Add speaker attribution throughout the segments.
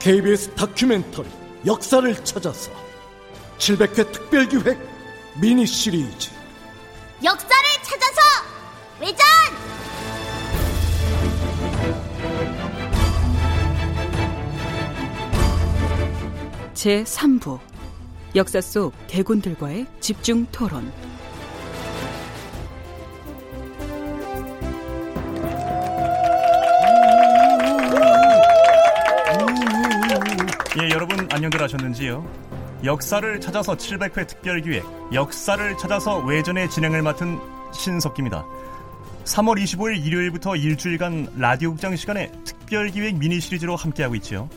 Speaker 1: KBS 다큐멘터리 역사를 찾아서 700회 특별기획 미니 시리즈
Speaker 2: 역사를 찾아서 외전
Speaker 3: 제3부 역사 속 대군들과의 집중 토론
Speaker 4: 예, 여러분 안녕들 하셨는지요? 역사를 찾아서 700회 특별 기획 역사를 찾아서 외전의 진행을 맡은 신석기입니다. 3월 25일 일요일부터 일주일간 라디오 극장 시간에 특별 기획 미니 시리즈로 함께하고 있지요.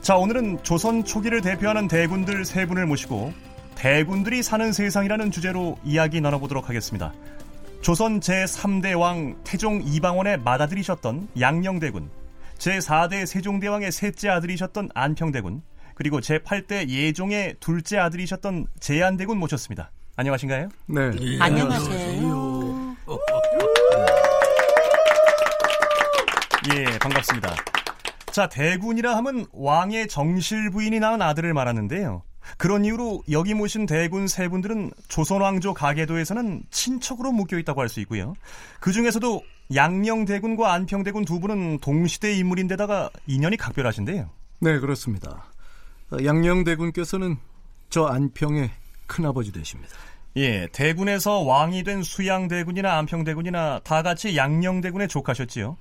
Speaker 4: 자, 오늘은 조선 초기를 대표하는 대군들 세 분을 모시고 대군들이 사는 세상이라는 주제로 이야기 나눠보도록 하겠습니다. 조선 제3대 왕 태종 이방원의 맏아들이셨던 양녕대군, 제4대 세종대왕의 셋째 아들이셨던 안평대군, 그리고 제8대 예종의 둘째 아들이셨던 제안대군 모셨습니다. 안녕하신가요?
Speaker 1: 네
Speaker 4: 예, 반갑습니다. 자, 대군이라 함은 왕의 정실 부인이 낳은 아들을 말하는데요. 그런 이유로 여기 모신 대군 세 분들은 조선왕조 가계도에서는 친척으로 묶여 있다고 할 수 있고요. 그 중에서도 양녕대군과 안평대군 두 분은 동시대 인물인데다가 인연이 각별하신데요.
Speaker 1: 네, 그렇습니다 어, 양녕대군께서는 저 안평의 큰아버지 되십니다
Speaker 4: 예, 대군에서 왕이 된 수양대군이나 안평대군이나 다 같이 양녕대군에 족하셨지요.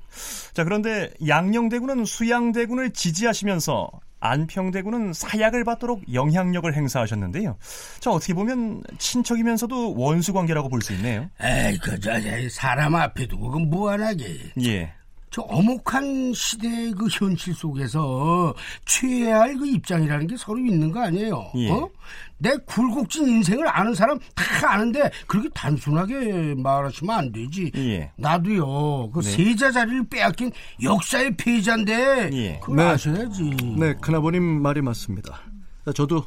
Speaker 4: 자, 그런데 양녕대군은 수양대군을 지지하시면서 안평대군은 사약을 받도록 영향력을 행사하셨는데요. 자, 어떻게 보면 친척이면서도 원수 관계라고 볼 수 있네요.
Speaker 5: 에이, 그, 저, 저, 사람 앞에 두고, 그, 무한하게.
Speaker 4: 예.
Speaker 5: 저, 어묵한 시대의 그 현실 속에서 취해야 할 그 입장이라는 게 서로 있는 거 아니에요?
Speaker 4: 예.
Speaker 5: 어? 내 굴곡진 인생을 아는 사람 다 아는데, 그렇게 단순하게 말하시면 안 되지.
Speaker 4: 예. 네.
Speaker 5: 나도요, 그, 세자 자리를 빼앗긴 역사의 피해자인데,
Speaker 4: 예.
Speaker 5: 그걸
Speaker 1: 네.
Speaker 5: 아셔야지.
Speaker 1: 네, 큰아버님 말이 맞습니다 어, 저도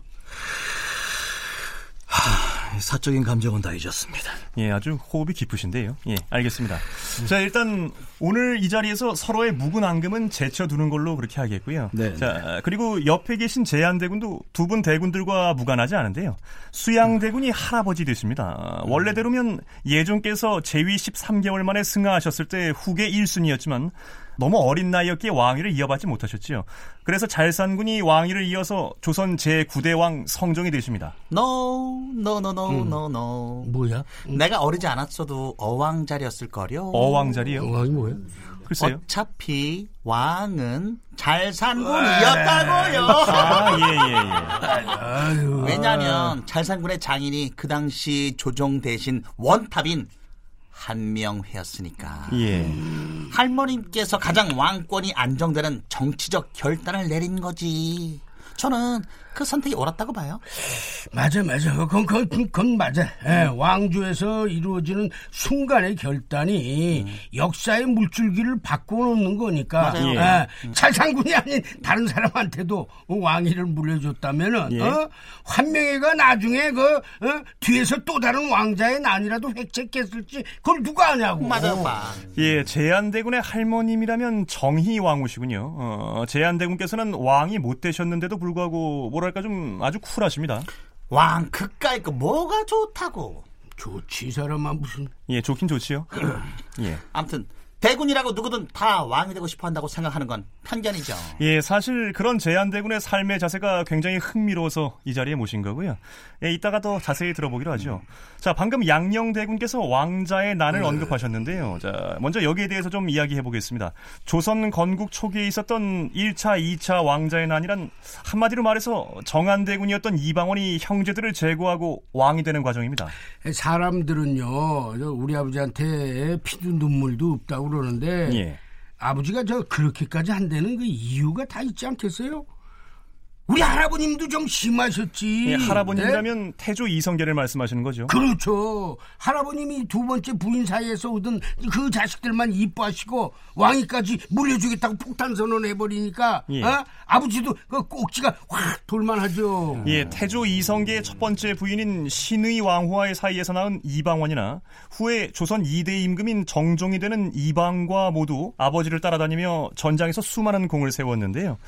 Speaker 1: 하, 사적인 감정은 다 잊었습니다
Speaker 4: 예, 아주 호흡이 깊으신데요. 예, 알겠습니다. 자, 일단 오늘 이 자리에서 서로의 묵은 앙금은 제쳐두는 걸로 그렇게 하겠고요.
Speaker 1: 네.
Speaker 4: 자, 그리고 옆에 계신 제한대군도 두 분 대군들과 무관하지 않은데요. 수양대군이 할아버지 되십니다. 원래대로면 예종께서 재위 13개월 만에 승하하셨을 때 후계 1순위였지만 너무 어린 나이였기에 왕위를 이어받지 못하셨지요. 그래서 잘산군이 왕위를 이어서 조선 제9대 왕 성종이 되십니다.
Speaker 6: No, no, no, no, no, no.
Speaker 5: 뭐야?
Speaker 6: 내가 어리지 않았어도 어왕 자리였을 거려.
Speaker 4: 어왕 자리요?
Speaker 5: 왕이 뭐야?
Speaker 4: 글쎄요.
Speaker 6: 어차피 왕은 잘산군이었다고요.
Speaker 4: 아, 예, 예, 예.
Speaker 6: 왜냐하면 잘산군의 장인이 그 당시 조정 대신 원탑인 한명회였으니까.
Speaker 4: 예.
Speaker 6: 할머님께서 가장 왕권이 안정되는 정치적 결단을 내린 거지. 저는 그 선택이 옳았다고 봐요.
Speaker 5: 맞아, 맞아. 어, 그건, 그건, 그건 맞아. 예, 왕조에서 이루어지는 순간의 결단이 역사의 물줄기를 바꿔놓는 거니까.
Speaker 6: 맞아요. 음.
Speaker 4: 예.
Speaker 5: 예, 찰상군이 아닌 다른 사람한테도 왕위를 물려줬다면은,
Speaker 4: 예.
Speaker 5: 어? 환명회가 나중에 그, 어? 뒤에서 또 다른 왕자의 난이라도 획책했을지 그걸 누가 아냐고.
Speaker 6: 맞아요, 봐.
Speaker 4: 예, 제한대군의 할머님이라면 정희 왕후시군요. 어, 제한대군께서는 왕이 못 되셨는데도 불구하고 뭐랄까 좀 아주 쿨하십니다.
Speaker 6: 왕 그까이 거 뭐가 좋다고.
Speaker 5: 좋지, 이 사람아, 무슨.
Speaker 4: 예, 좋긴 좋지요. 예.
Speaker 6: 아무튼 대군이라고 누구든 다 왕이 되고 싶어 한다고 생각하는 건 편견이죠.
Speaker 4: 예, 사실 그런 제한대군의 삶의 자세가 굉장히 흥미로워서 이 자리에 모신 거고요. 예, 이따가 더 자세히 들어보기로 하죠. 자, 방금 양녕대군께서 왕자의 난을 언급하셨는데요. 자, 먼저 여기에 대해서 좀 이야기해 보겠습니다. 조선 건국 초기에 있었던 1차, 2차 왕자의 난이란 한마디로 말해서 정한대군이었던 이방원이 형제들을 제거하고 왕이 되는 과정입니다.
Speaker 5: 사람들은요, 예, 저 우리 아버지한테 피도 눈물도 없다고 그러는데,
Speaker 4: 예.
Speaker 5: 아버지가 저 그렇게까지 한다는 그 이유가 다 있지 않겠어요? 우리 할아버님도 좀 심하셨지.
Speaker 4: 예,
Speaker 5: 네?
Speaker 4: 할아버님이라면 태조 이성계를 말씀하시는 거죠.
Speaker 5: 그렇죠. 할아버님이 두 번째 부인 사이에서 얻은 그 자식들만 이뻐하시고 왕위까지 물려주겠다고 폭탄 선언해버리니까
Speaker 4: 예.
Speaker 5: 어? 아버지도 그 꼭지가 확 돌만 하죠.
Speaker 4: 예, 태조 이성계의 첫 번째 부인인 신의 왕후와의 사이에서 낳은 이방원이나 후에 조선 2대 임금인 정종이 되는 이방과 모두 아버지를 따라다니며 전장에서 수많은 공을 세웠는데요.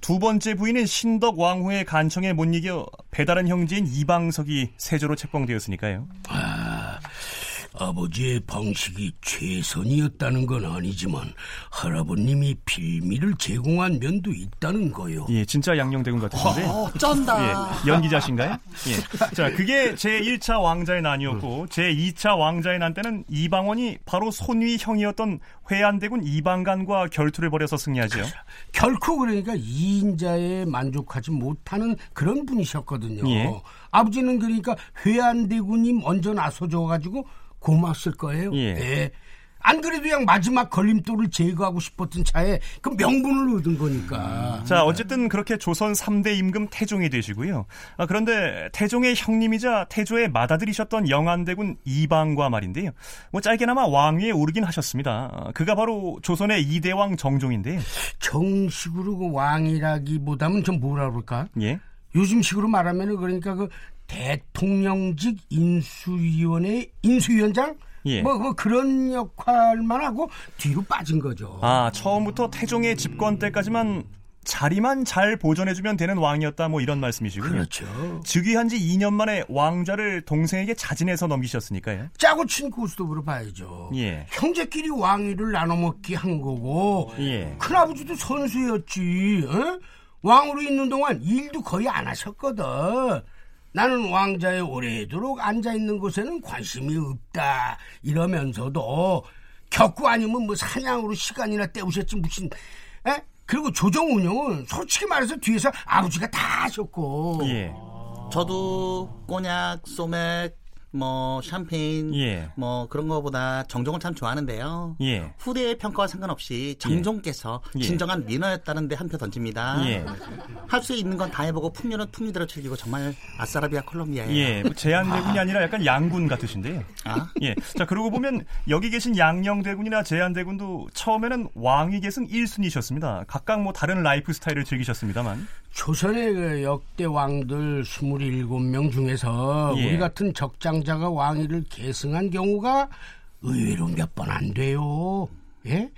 Speaker 4: 두 번째 부인인 신덕 왕후의 간청에 못 이겨 배다른 형제인 이방석이 세조로 책봉되었으니까요.
Speaker 5: 아버지의 방식이 최선이었다는 건 아니지만 할아버님이 빌미를 제공한 면도 있다는 거요.
Speaker 4: 예, 진짜 양녕대군 같은데.
Speaker 6: 어쩐다.
Speaker 4: 예, 연기자신가요? 예. 자, 그게 제1차 왕자의 난이었고, 제2차 왕자의 난 때는 이방원이 바로 손위 형이었던 회안대군 이방간과 결투를 벌여서 승리하죠.
Speaker 5: 결코 그러니까 이인자에 만족하지 못하는 그런 분이셨거든요.
Speaker 4: 예.
Speaker 5: 아버지는 그러니까 회안대군이 먼저 나서줘가지고 고마웠을 거예요.
Speaker 4: 예.
Speaker 5: 안 그래도 양 마지막 걸림돌을 제거하고 싶었던 차에 그 명분을 얻은 거니까.
Speaker 4: 자, 어쨌든 그렇게 조선 3대 임금 태종이 되시고요. 아, 그런데 태종의 형님이자 태조의 맏아들이셨던 영안대군 이방과 말인데요. 뭐 짧게나마 왕위에 오르긴 하셨습니다. 아, 그가 바로 조선의 2대왕 정종인데요.
Speaker 5: 정식으로 그 왕이라기보다는 좀 뭐라 그럴까?
Speaker 4: 예.
Speaker 5: 요즘 식으로 말하면 은 그러니까 그 대통령직 인수위원회 인수위원장?
Speaker 4: 예.
Speaker 5: 뭐, 뭐 그런 역할만 하고 뒤로 빠진 거죠.
Speaker 4: 아, 처음부터 태종의 집권 때까지만 자리만 잘 보존해주면 되는 왕이었다, 뭐 이런 말씀이시군요.
Speaker 5: 그렇죠.
Speaker 4: 즉위한 지 2년 만에 왕좌를 동생에게 자진해서 넘기셨으니까요.
Speaker 5: 짜고 친 고스톱으로 봐야죠.
Speaker 4: 예.
Speaker 5: 형제끼리 왕위를 나눠먹기 한 거고
Speaker 4: 예.
Speaker 5: 큰아버지도 선수였지. 어? 왕으로 있는 동안 일도 거의 안 하셨거든. 나는 왕자에 오래도록 앉아있는 곳에는 관심이 없다. 이러면서도 겪고 아니면 뭐 사냥으로 시간이나 때우셨지 무슨 에? 그리고 조정 운영은 솔직히 말해서 뒤에서 아버지가 다 하셨고
Speaker 4: 예.
Speaker 6: 저도 꼬냑, 소맥, 뭐 샴페인,
Speaker 4: 예.
Speaker 6: 뭐 그런 거보다 정종을 참 좋아하는데요.
Speaker 4: 예.
Speaker 6: 후대의 평가와 상관없이 정종께서
Speaker 4: 예.
Speaker 6: 진정한 민어였다는데 한 표 던집니다.
Speaker 4: 예.
Speaker 6: 할 수 있는 건 다 해보고 풍류는 풍류대로 즐기고 정말 아싸라비아 콜롬비아예요.
Speaker 4: 예. 뭐 제한대군이 아니라 약간 양군 같으신데요.
Speaker 6: 아?
Speaker 4: 예. 자, 그러고 보면 여기 계신 양녕대군이나 제한대군도 처음에는 왕위 계승 1순위셨습니다. 각각 뭐 다른 라이프 스타일을 즐기셨습니다만.
Speaker 5: 조선의 그 역대 왕들 27명 중에서
Speaker 4: 예.
Speaker 5: 우리 같은 적장자가 왕위를 계승한 경우가 의외로 몇 번 안 돼요. 예?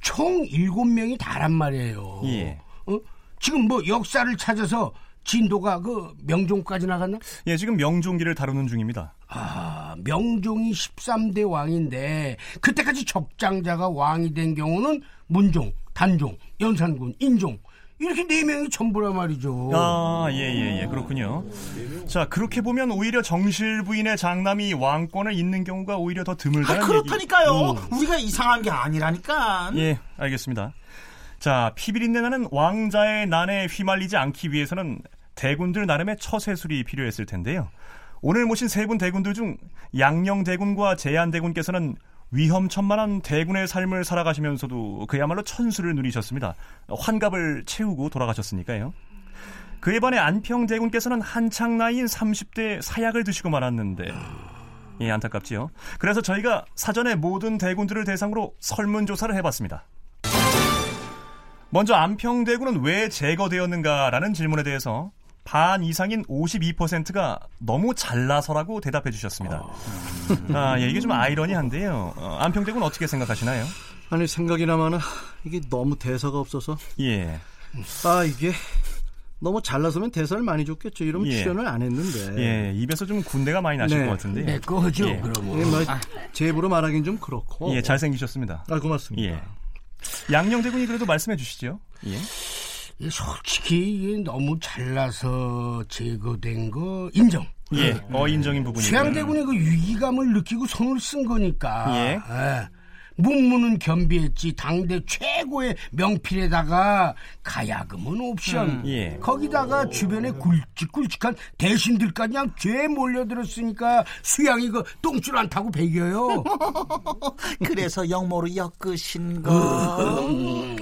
Speaker 5: 총 7명이 다란 말이에요.
Speaker 4: 예.
Speaker 5: 어? 지금 뭐 역사를 찾아서 진도가 그 명종까지 나갔나?
Speaker 4: 예, 지금 명종기를 다루는 중입니다.
Speaker 5: 아, 명종이 13대 왕인데 그때까지 적장자가 왕이 된 경우는 문종, 단종, 연산군, 인종 이렇게 네 명이 전부란 말이죠.
Speaker 4: 아, 예, 예, 예, 그렇군요. 자, 그렇게 보면 오히려 정실 부인의 장남이 왕권을 잇는 경우가 오히려 더
Speaker 6: 아,
Speaker 4: 드물다는
Speaker 6: 그렇다니까요. 우리가 이상한 게 아니라니까.
Speaker 4: 얘기. 예, 알겠습니다. 자, 피비린내 나는 왕자의 난에 휘말리지 않기 위해서는 대군들 나름의 처세술이 필요했을 텐데요. 오늘 모신 세 분 대군들 중 양녕 대군과 제안 대군께서는 위험천만한 대군의 삶을 살아가시면서도 그야말로 천수를 누리셨습니다. 환갑을 채우고 돌아가셨으니까요. 그에 반해 안평 대군께서는 한창 나이인 30대 사약을 드시고 말았는데 예 안타깝지요. 그래서 저희가 사전에 모든 대군들을 대상으로 설문 조사를 해봤습니다. 먼저 안평 대군은 왜 제거되었는가라는 질문에 대해서 반 이상인 52%가 너무 잘나서라고 대답해 주셨습니다. 아, 예, 이게 좀 아이러니한데요. 어, 안평 대군 어떻게 생각하시나요?
Speaker 1: 아니 생각이나마는 이게 너무 대사가 없어서
Speaker 4: 예.
Speaker 1: 아 이게 너무 잘나서면 대사를 많이 줬겠죠. 이러면
Speaker 4: 예.
Speaker 1: 출연을 안 했는데.
Speaker 5: 네.
Speaker 4: 예, 입에서 좀 군대가 많이 나실
Speaker 1: 네.
Speaker 4: 것 같은데.
Speaker 5: 내 거죠,
Speaker 4: 예.
Speaker 5: 그러면.
Speaker 1: 이게 뭐, 제 입으로 말하긴 좀 그렇고.
Speaker 4: 예, 잘생기셨습니다.
Speaker 1: 아 고맙습니다.
Speaker 4: 예. 양녕 대군이 그래도 말씀해 주시죠. 예.
Speaker 5: 이 솔직히 이게 너무 잘나서 제거된 거 인정.
Speaker 4: 예.
Speaker 5: 네.
Speaker 4: 어 인정인 부분이.
Speaker 5: 최양대군의 그 위기감을 느끼고 손을 쓴 거니까.
Speaker 4: 예.
Speaker 5: 예. 문무는 겸비했지 당대 최고의 명필에다가 가야금은 옵션
Speaker 4: 예.
Speaker 5: 거기다가 주변에 굵직굵직한 대신들까지 그냥 죄 몰려들었으니까 수양이 그 똥줄 안 타고 배겨요
Speaker 6: 그래서 영모로 엮으신 거.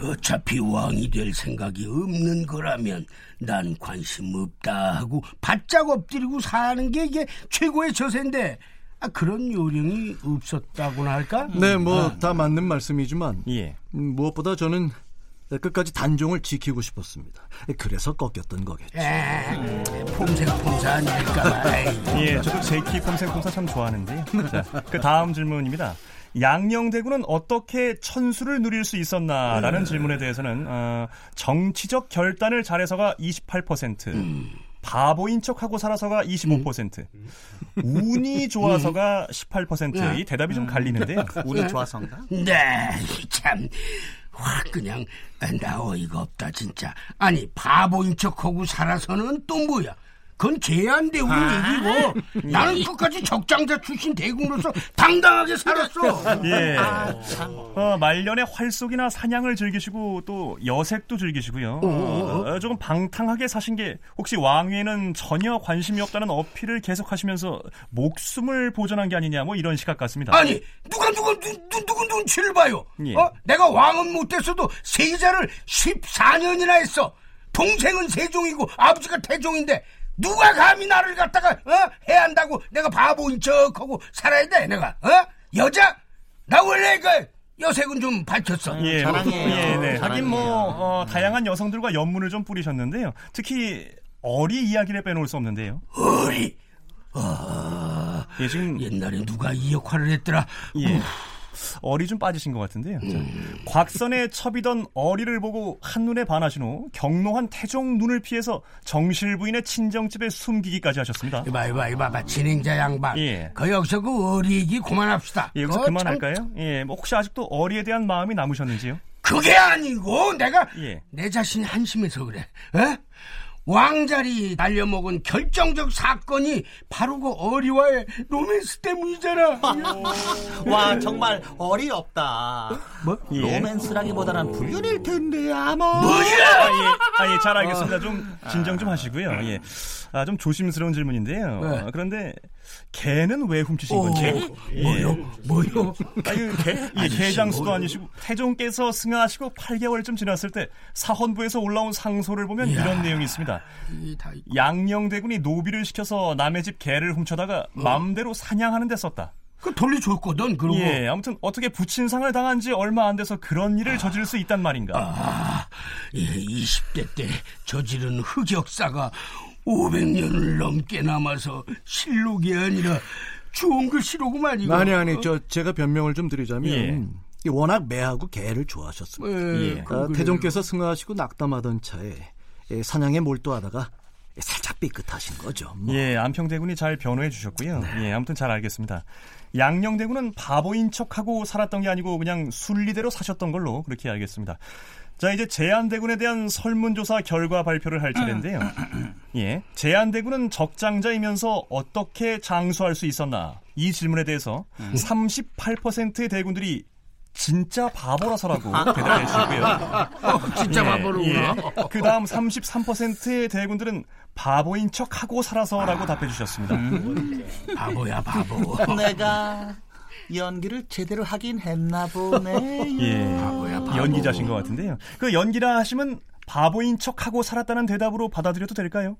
Speaker 5: 어차피 왕이 될 생각이 없는 거라면 난 관심 없다 하고 바짝 엎드리고 사는 게 이게 최고의 저세인데 아, 그런 요령이 없었다고나 할까?
Speaker 1: 네, 뭐 다 맞는 말씀이지만
Speaker 4: 예.
Speaker 1: 음, 무엇보다 저는 끝까지 단종을 지키고 싶었습니다. 그래서 꺾였던 거겠죠.
Speaker 5: 에, 폼생폼사 아닐까 봐.
Speaker 4: 예, 저도 제키 폼생폼사 참 좋아하는데요. 자, 그 다음 질문입니다. 양녕대군은 어떻게 천수를 누릴 수 있었나라는 질문에 대해서는 어, 정치적 결단을 잘해서가 28%, 바보인 척하고 살아서가 25%, 운이 좋아서가 18%. 이 대답이 좀 갈리는데요.
Speaker 6: 운이 좋아서인가?
Speaker 5: 네, 참. 확 그냥 나 어이가 없다 진짜. 아니 바보인 척하고 살아서는 또 뭐야? 그건 제한대 우리 얘기고 나는 끝까지 적장자 출신 대군으로서 당당하게 살았어.
Speaker 4: 예.
Speaker 6: 아,
Speaker 4: 어, 말년에 활속이나 사냥을 즐기시고 또 여색도 즐기시고요. 어, 조금 방탕하게 사신 게 혹시 왕위에는 전혀 관심이 없다는 어필을 계속하시면서 목숨을 보존한 게 아니냐 뭐 이런 시각 같습니다.
Speaker 5: 아니 누가 누가 누, 누, 누구 눈치를 봐요?
Speaker 4: 예.
Speaker 5: 어? 내가 왕은 못됐어도 세자를 14년이나 했어. 동생은 세종이고 아버지가 태종인데 누가 감히 나를 갖다가 어? 해야 한다고 내가 바보인 척하고 살아야 돼 내가 어? 여자 나 원래 그 여색은 좀 밝혔어.
Speaker 4: 예, 뭐,
Speaker 6: 자랑이에요. 음.
Speaker 4: 예, 네. 하긴 뭐
Speaker 6: 자랑이에요.
Speaker 4: 어, 다양한 여성들과 연문을 좀 뿌리셨는데요. 특히 어리 이야기를 빼놓을 수 없는데요.
Speaker 5: 어리 어,
Speaker 4: 예, 지금
Speaker 5: 옛날에 누가 이 역할을 했더라.
Speaker 4: 예. 어리 좀 빠지신 것 같은데요. 자, 곽선의 첩이던 어리를 보고 한눈에 반하신 후 경로한 태종 눈을 피해서 정실 부인의 친정집에 숨기기까지 하셨습니다.
Speaker 5: 이봐 이봐 이봐 봐 진행자 양반.
Speaker 4: 예.
Speaker 5: 그 여기서 그 어리 얘기 그만합시다.
Speaker 4: 예, 여기서
Speaker 5: 그거 참
Speaker 4: 그만할까요? 예, 뭐 혹시 아직도 어리에 대한 마음이 남으셨는지요?
Speaker 5: 그게 아니고 내가
Speaker 4: 예.
Speaker 5: 내 자신이 한심해서 그래. 에? 왕자리 날려먹은 결정적 사건이 바로 그 어리와의 로맨스 때문이잖아.
Speaker 6: 와 정말 어리 없다.
Speaker 5: 뭐?
Speaker 4: 예.
Speaker 6: 로맨스라기보다는 불륜일 텐데 아마.
Speaker 4: 아, 예, 아, 예, 잘 알겠습니다. 좀 진정 좀 하시고요. 예, 아, 좀 조심스러운 질문인데요.
Speaker 5: 네.
Speaker 4: 아, 그런데 개는 왜 훔치신 건지?
Speaker 5: 뭐요? 뭐요?
Speaker 4: 아, 이 개, 예, 개장수도 아니시고 태종께서 승하하시고 8개월쯤 지났을 때 사헌부에서 올라온 상소를 보면 이런 내용이 있습니다.
Speaker 5: 이 다 이-
Speaker 4: 양녕대군이 노비를 시켜서 남의 집 개를 훔쳐다가
Speaker 5: 어.
Speaker 4: 맘대로 사냥하는 데 썼다.
Speaker 5: 그 돌려줬거든 그러고
Speaker 4: 예, 아무튼 어떻게 부친상을 당한 지 얼마 안 돼서 그런 일을 저지를 수 있단 말인가.
Speaker 5: 예, 20대 때 저지른 흑역사가 500년을 넘게 남아서 실록이 아니라 좋은 글씨로구만 이거.
Speaker 1: 음, 아니 아니 저 제가 변명을 좀 드리자면
Speaker 4: 예.
Speaker 1: 이 워낙 매하고 개를 좋아하셨습니다.
Speaker 5: 예,
Speaker 4: 예.
Speaker 1: 아,
Speaker 5: 그건 그래요.
Speaker 1: 태종께서 승하하시고 낙담하던 차에 예, 사냥에 몰두하다가 살짝 삐끗하신 거죠. 뭐.
Speaker 4: 예, 안평대군이 잘 변호해 주셨고요. 예, 아무튼 잘 알겠습니다. 양녕대군은 바보인 척하고 살았던 게 아니고 그냥 순리대로 사셨던 걸로 그렇게 알겠습니다. 자, 이제 제안대군에 대한 설문조사 결과 발표를 할 차례인데요. 예, 제안대군은 적장자이면서 어떻게 장수할 수 있었나 이 질문에 대해서 38%의 대군들이 진짜 바보라서라고 대답해 주고요.
Speaker 5: 아. 진짜
Speaker 4: 예,
Speaker 5: 바보로구나.
Speaker 4: 예. 그 다음 33%의 대군들은 바보인 척하고 살아서라고 답해 주셨습니다.
Speaker 5: 음. 바보야 바보.
Speaker 6: 내가 연기를 제대로 하긴 했나 보네.
Speaker 4: 예. 연기자신 것 같은데요. 그 연기라 하시면 바보인 척하고 살았다는 대답으로 받아들여도 될까요?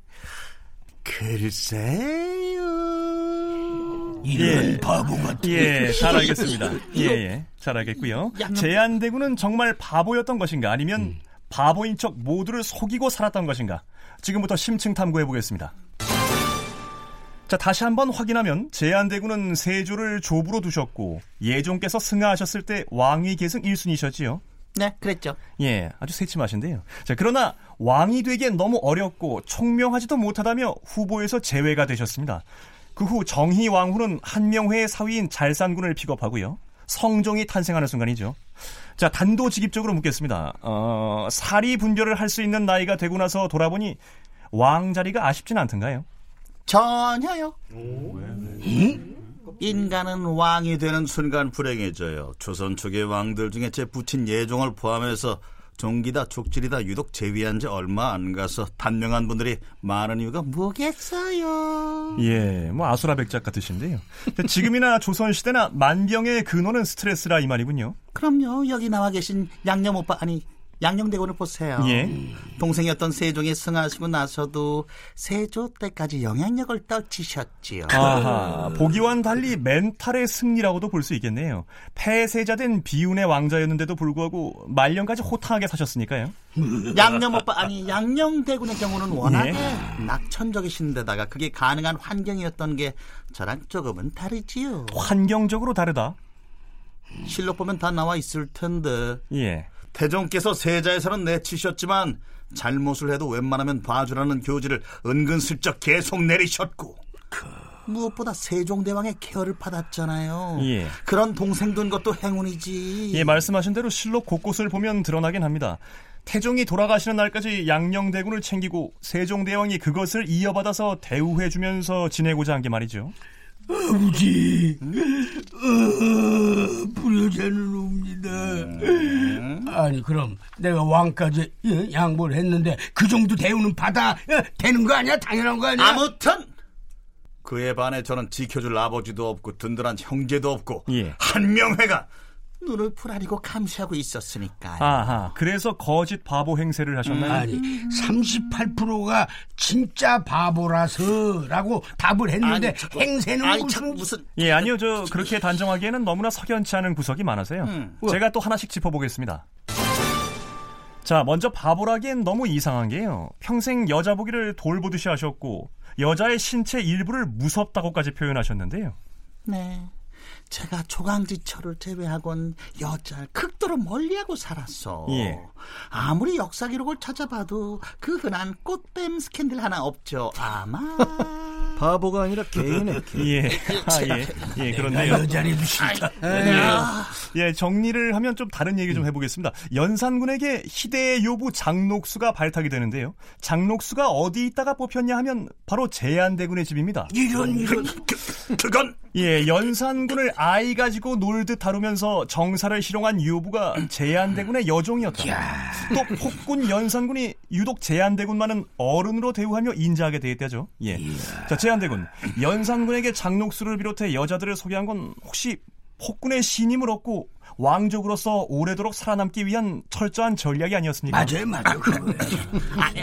Speaker 6: 글쎄요.
Speaker 5: 이런 바보 같은.
Speaker 4: 예, 잘 알겠습니다. 예, 예, 잘 알겠고요. 제안대군은 정말 바보였던 것인가 아니면 바보인 척 모두를 속이고 살았던 것인가? 지금부터 심층 탐구해 보겠습니다. 자, 다시 한번 확인하면 제안대군은 세조를 조부로 두셨고 예종께서 승하하셨을 때 왕위 계승 1순위셨지요.
Speaker 6: 네, 그랬죠.
Speaker 4: 예, 아주 새침하신데요. 자, 그러나 왕이 되기엔 너무 어렵고 총명하지도 못하다며 후보에서 제외가 되셨습니다. 그 후 정희 왕후는 한명회의 사위인 잘산군을 픽업하고요. 성종이 탄생하는 순간이죠. 자, 단도직입적으로 묻겠습니다. 어, 사리 분별을 할 수 있는 나이가 되고 나서 돌아보니 왕 자리가 아쉽진 않던가요?
Speaker 6: 전혀요. 인간은 왕이
Speaker 7: 되는 순간 불행해져요. 조선 초기 왕들 중에 제 부친 예종을 포함해서 종기다 족질이다 유독 제위한 지 얼마 안 가서 단명한 분들이 많은 이유가
Speaker 6: 뭐겠어요.
Speaker 4: 예, 뭐 아수라백작 같으신데요. 자, 지금이나 조선시대나 만병의 근원은 스트레스라 이 말이군요.
Speaker 6: 그럼요. 여기 나와 계신 양념 오빠 아니 양녕대군을 보세요.
Speaker 4: 예.
Speaker 6: 동생이었던 세종이 승하시고 나서도 세조 때까지 영향력을 떨치셨지요.
Speaker 4: 아하, 보기와는 달리 멘탈의 승리라고도 볼 수 있겠네요. 폐세자된 비운의 왕자였는데도 불구하고 말년까지 호탕하게 사셨으니까요.
Speaker 6: 양념 오빠 아니 양녕대군의 경우는 워낙에
Speaker 4: 예.
Speaker 6: 낙천적이신데다가 그게 가능한 환경이었던 게 저랑 조금은 다르지요.
Speaker 4: 환경적으로 다르다.
Speaker 6: 실록 보면 다 나와 있을 텐데
Speaker 4: 예.
Speaker 7: 태종께서 세자에서는 내치셨지만 잘못을 해도 웬만하면 봐주라는 교지를 은근슬쩍 계속 내리셨고
Speaker 6: 무엇보다 세종대왕의 케어를 받았잖아요.
Speaker 4: 예.
Speaker 6: 그런 동생 둔 것도 행운이지.
Speaker 4: 예, 말씀하신 대로 실록 곳곳을 보면 드러나긴 합니다. 태종이 돌아가시는 날까지 양녕대군을 챙기고 세종대왕이 그것을 이어받아서 대우해주면서 지내고자 한 게 말이죠.
Speaker 5: 아버지, 어, 불효자는 옵니다. 아니 그럼 내가 왕까지 예, 양보를 했는데 그 정도 대우는 받아 예, 되는 거 아니야? 당연한 거 아니야?
Speaker 7: 아무튼 그에 반해 저는 지켜줄 아버지도 없고 든든한 형제도 없고
Speaker 4: 예.
Speaker 7: 한명회가
Speaker 6: 눈을 풀아리고 감시하고 있었으니까요.
Speaker 4: 아하, 그래서 거짓 바보 행세를 하셨나요?
Speaker 5: 아니 38%가 진짜 바보라서라고 답을 했는데
Speaker 6: 자꾸-
Speaker 5: 행세는
Speaker 6: 아니,
Speaker 5: 무슨
Speaker 6: 자꾸 무슨
Speaker 4: 예, 아니요. 저 그렇게 단정하기에는 너무나 석연치 않은 구석이 많아서요. 제가 또 하나씩 짚어보겠습니다. 자, 먼저 바보라기엔 너무 이상한 게요. 평생 여자 보기를 돌보듯이 하셨고 여자의 신체 일부를 무섭다고까지 표현하셨는데요.
Speaker 6: 네. 제가 조강지철을 제외하곤 여자를 극도로 멀리하고 살았어.
Speaker 4: 예.
Speaker 6: 아무리 역사 기록을 찾아봐도 그 흔한 꽃뱀 스캔들 하나 없죠. 아마
Speaker 1: 바보가 아니라 개인의 개.
Speaker 4: 예. 아, 예. 예, 그렇네요.
Speaker 5: 여자라도 싫다.
Speaker 4: 예, 정리를 하면 좀 다른 얘기 좀 해보겠습니다. 연산군에게 희대의 요부 장록수가 발탁이 되는데요. 장록수가 어디 있다가 뽑혔냐 하면 바로 제안대군의 집입니다.
Speaker 5: 이런 이런
Speaker 7: 그건
Speaker 4: 예, 연산군을 아이 가지고 놀듯 다루면서 정사를 실용한 유부가 제한대군의
Speaker 5: 아,
Speaker 4: 여종이었다. 또 폭군 연산군이 유독 제한대군만은 어른으로 대우하며 인자하게 대했다죠. 예. 자, 제한대군. 연산군에게 장록수를 비롯해 여자들을 소개한 건 혹시 폭군의 신임을 얻고 왕족으로서 오래도록 살아남기 위한 철저한 전략이 아니었습니까?
Speaker 5: 맞아요 맞아요 그거예요.
Speaker 6: 아니,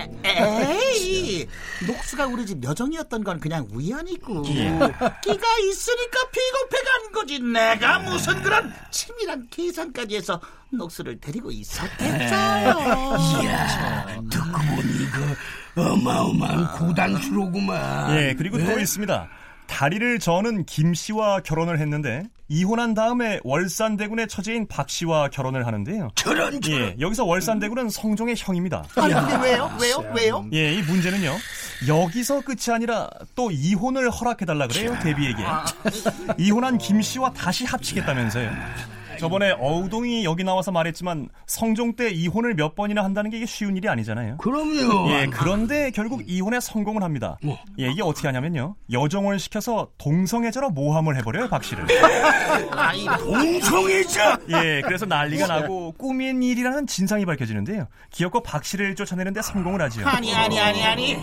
Speaker 6: 에이 녹수가 우리 집 여정이었던 건 그냥 우연이고 끼가 있으니까 비겁해 간 거지. 내가 무슨 그런 치밀한 계산까지 해서 녹수를 데리고 있었겠어요.
Speaker 5: 이야 아, 듣고 보니 그 어마어마한 고단수로구만.
Speaker 4: 예, 그리고 또 있습니다. 다리를 저는 김 씨와 결혼을 했는데 이혼한 다음에 월산대군의 처제인 박 씨와 결혼을 하는데요.
Speaker 5: 저런 저
Speaker 4: 예, 여기서 월산대군은 성종의 형입니다.
Speaker 6: 아니, 근데 왜요? 왜요? 왜요?
Speaker 4: 예, 이 문제는요. 여기서 끝이 아니라 또 이혼을 허락해달라 그래요, 대비에게. 이혼한 김 씨와 다시 합치겠다면서요. 저번에 어우동이 여기 나와서 말했지만 성종 때 이혼을 몇 번이나 한다는 게 이게 쉬운 일이 아니잖아요.
Speaker 5: 그럼요.
Speaker 4: 예, 그런데 결국 이혼에 성공을 합니다. 예, 이게 어떻게 하냐면요. 여정을 시켜서 동성애자로 모함을 해버려요, 박 씨를.
Speaker 5: 동성애자
Speaker 4: 예, 그래서 난리가 나고 꾸민 일이라는 진상이 밝혀지는데요. 기어코 박 씨를 쫓아내는데 성공을 하지요.
Speaker 6: 아니 아니 아니 아니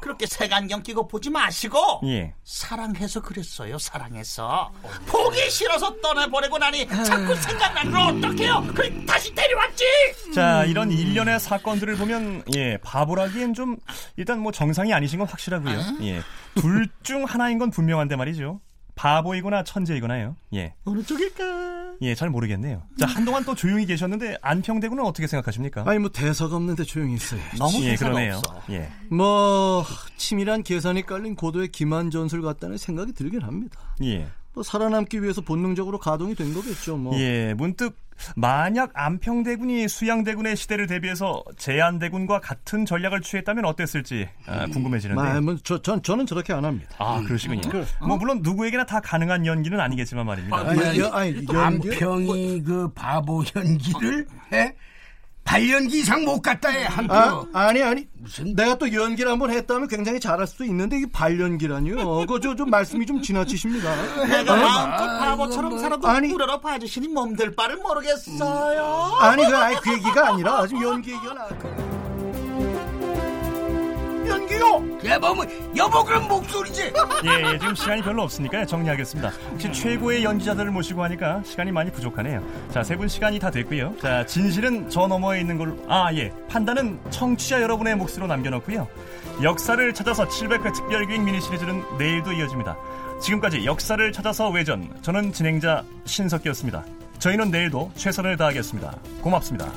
Speaker 6: 그렇게 색안경 끼고 보지 마시고
Speaker 4: 예.
Speaker 6: 사랑해서 그랬어요 사랑해서 보기 싫어서 떠나보내고 나니 자꾸 생각나는 어떡해요 그래 다시 데려왔지
Speaker 4: 자,
Speaker 6: 음.
Speaker 4: 이런 일련의 사건들을 보면 예, 바보라기엔 좀 일단 뭐 정상이 아니신 건 확실하고요. 예. 둘 중 하나인 건 분명한데 말이죠. 바보이거나 천재이거나요. 예.
Speaker 6: 어느 쪽일까 음.
Speaker 4: 예, 잘 모르겠네요. 자, 한동안 또 조용히 계셨는데 안평대군은 어떻게 생각하십니까?
Speaker 1: 아니 뭐 대사가 없는데 조용히 있어요.
Speaker 6: 너무
Speaker 4: 예,
Speaker 6: 대사가
Speaker 4: 그러네요.
Speaker 6: 없어
Speaker 4: 예.
Speaker 1: 뭐 치밀한 계산이 깔린 고도의 기만 전술 같다는 생각이 들긴 합니다.
Speaker 4: 예.
Speaker 1: 뭐 살아남기 위해서 본능적으로 가동이 된 거겠죠.
Speaker 6: 어.
Speaker 1: 뭐
Speaker 4: 예, 문득 만약 안평대군이 수양대군의 시대를 대비해서 제안대군과 같은 전략을 취했다면 어땠을지 아, 궁금해지는데.
Speaker 1: 마음은 뭐, 저, 전 저는 저렇게 안 합니다.
Speaker 4: 아, 그러시군요. 뭐 물론 누구에게나 다 가능한 연기는 아니겠지만 말입니다.
Speaker 1: 아니, 여- 아니, 연기?
Speaker 5: 안평이 그 바보 연기를 해? 발연기 이상 못 갔다 해 한표.
Speaker 1: 아, 아니 아니 내가 또 연기를 한번 했다면 굉장히 잘할 수도 있는데 이게 발연기라니요. 그저 좀 말씀이 좀 지나치십니다.
Speaker 6: 내가 마음껏 바보처럼 살아도
Speaker 1: 아. 아니.
Speaker 6: 우러러 봐주시니 몸들 바를 모르겠어요
Speaker 1: 아니 그 아니 그 얘기가 아니라 지금 연기 얘기가 나. 연기 연기요.
Speaker 5: 대범은 여보 그런 목소리지.
Speaker 4: 예, 예, 지금 시간이 별로 없으니까 정리하겠습니다. 혹시 최고의 연기자들을 모시고 하니까 시간이 많이 부족하네요. 자, 세 분 시간이 다 됐고요. 자, 진실은 저 너머에 있는 걸로. 아, 예. 판단은 청취자 여러분의 몫으로 남겨놓고요. 역사를 찾아서 700회 특별기획 미니 시리즈는 내일도 이어집니다. 지금까지 역사를 찾아서 외전. 저는 진행자 신석기였습니다. 저희는 내일도 최선을 다하겠습니다. 고맙습니다.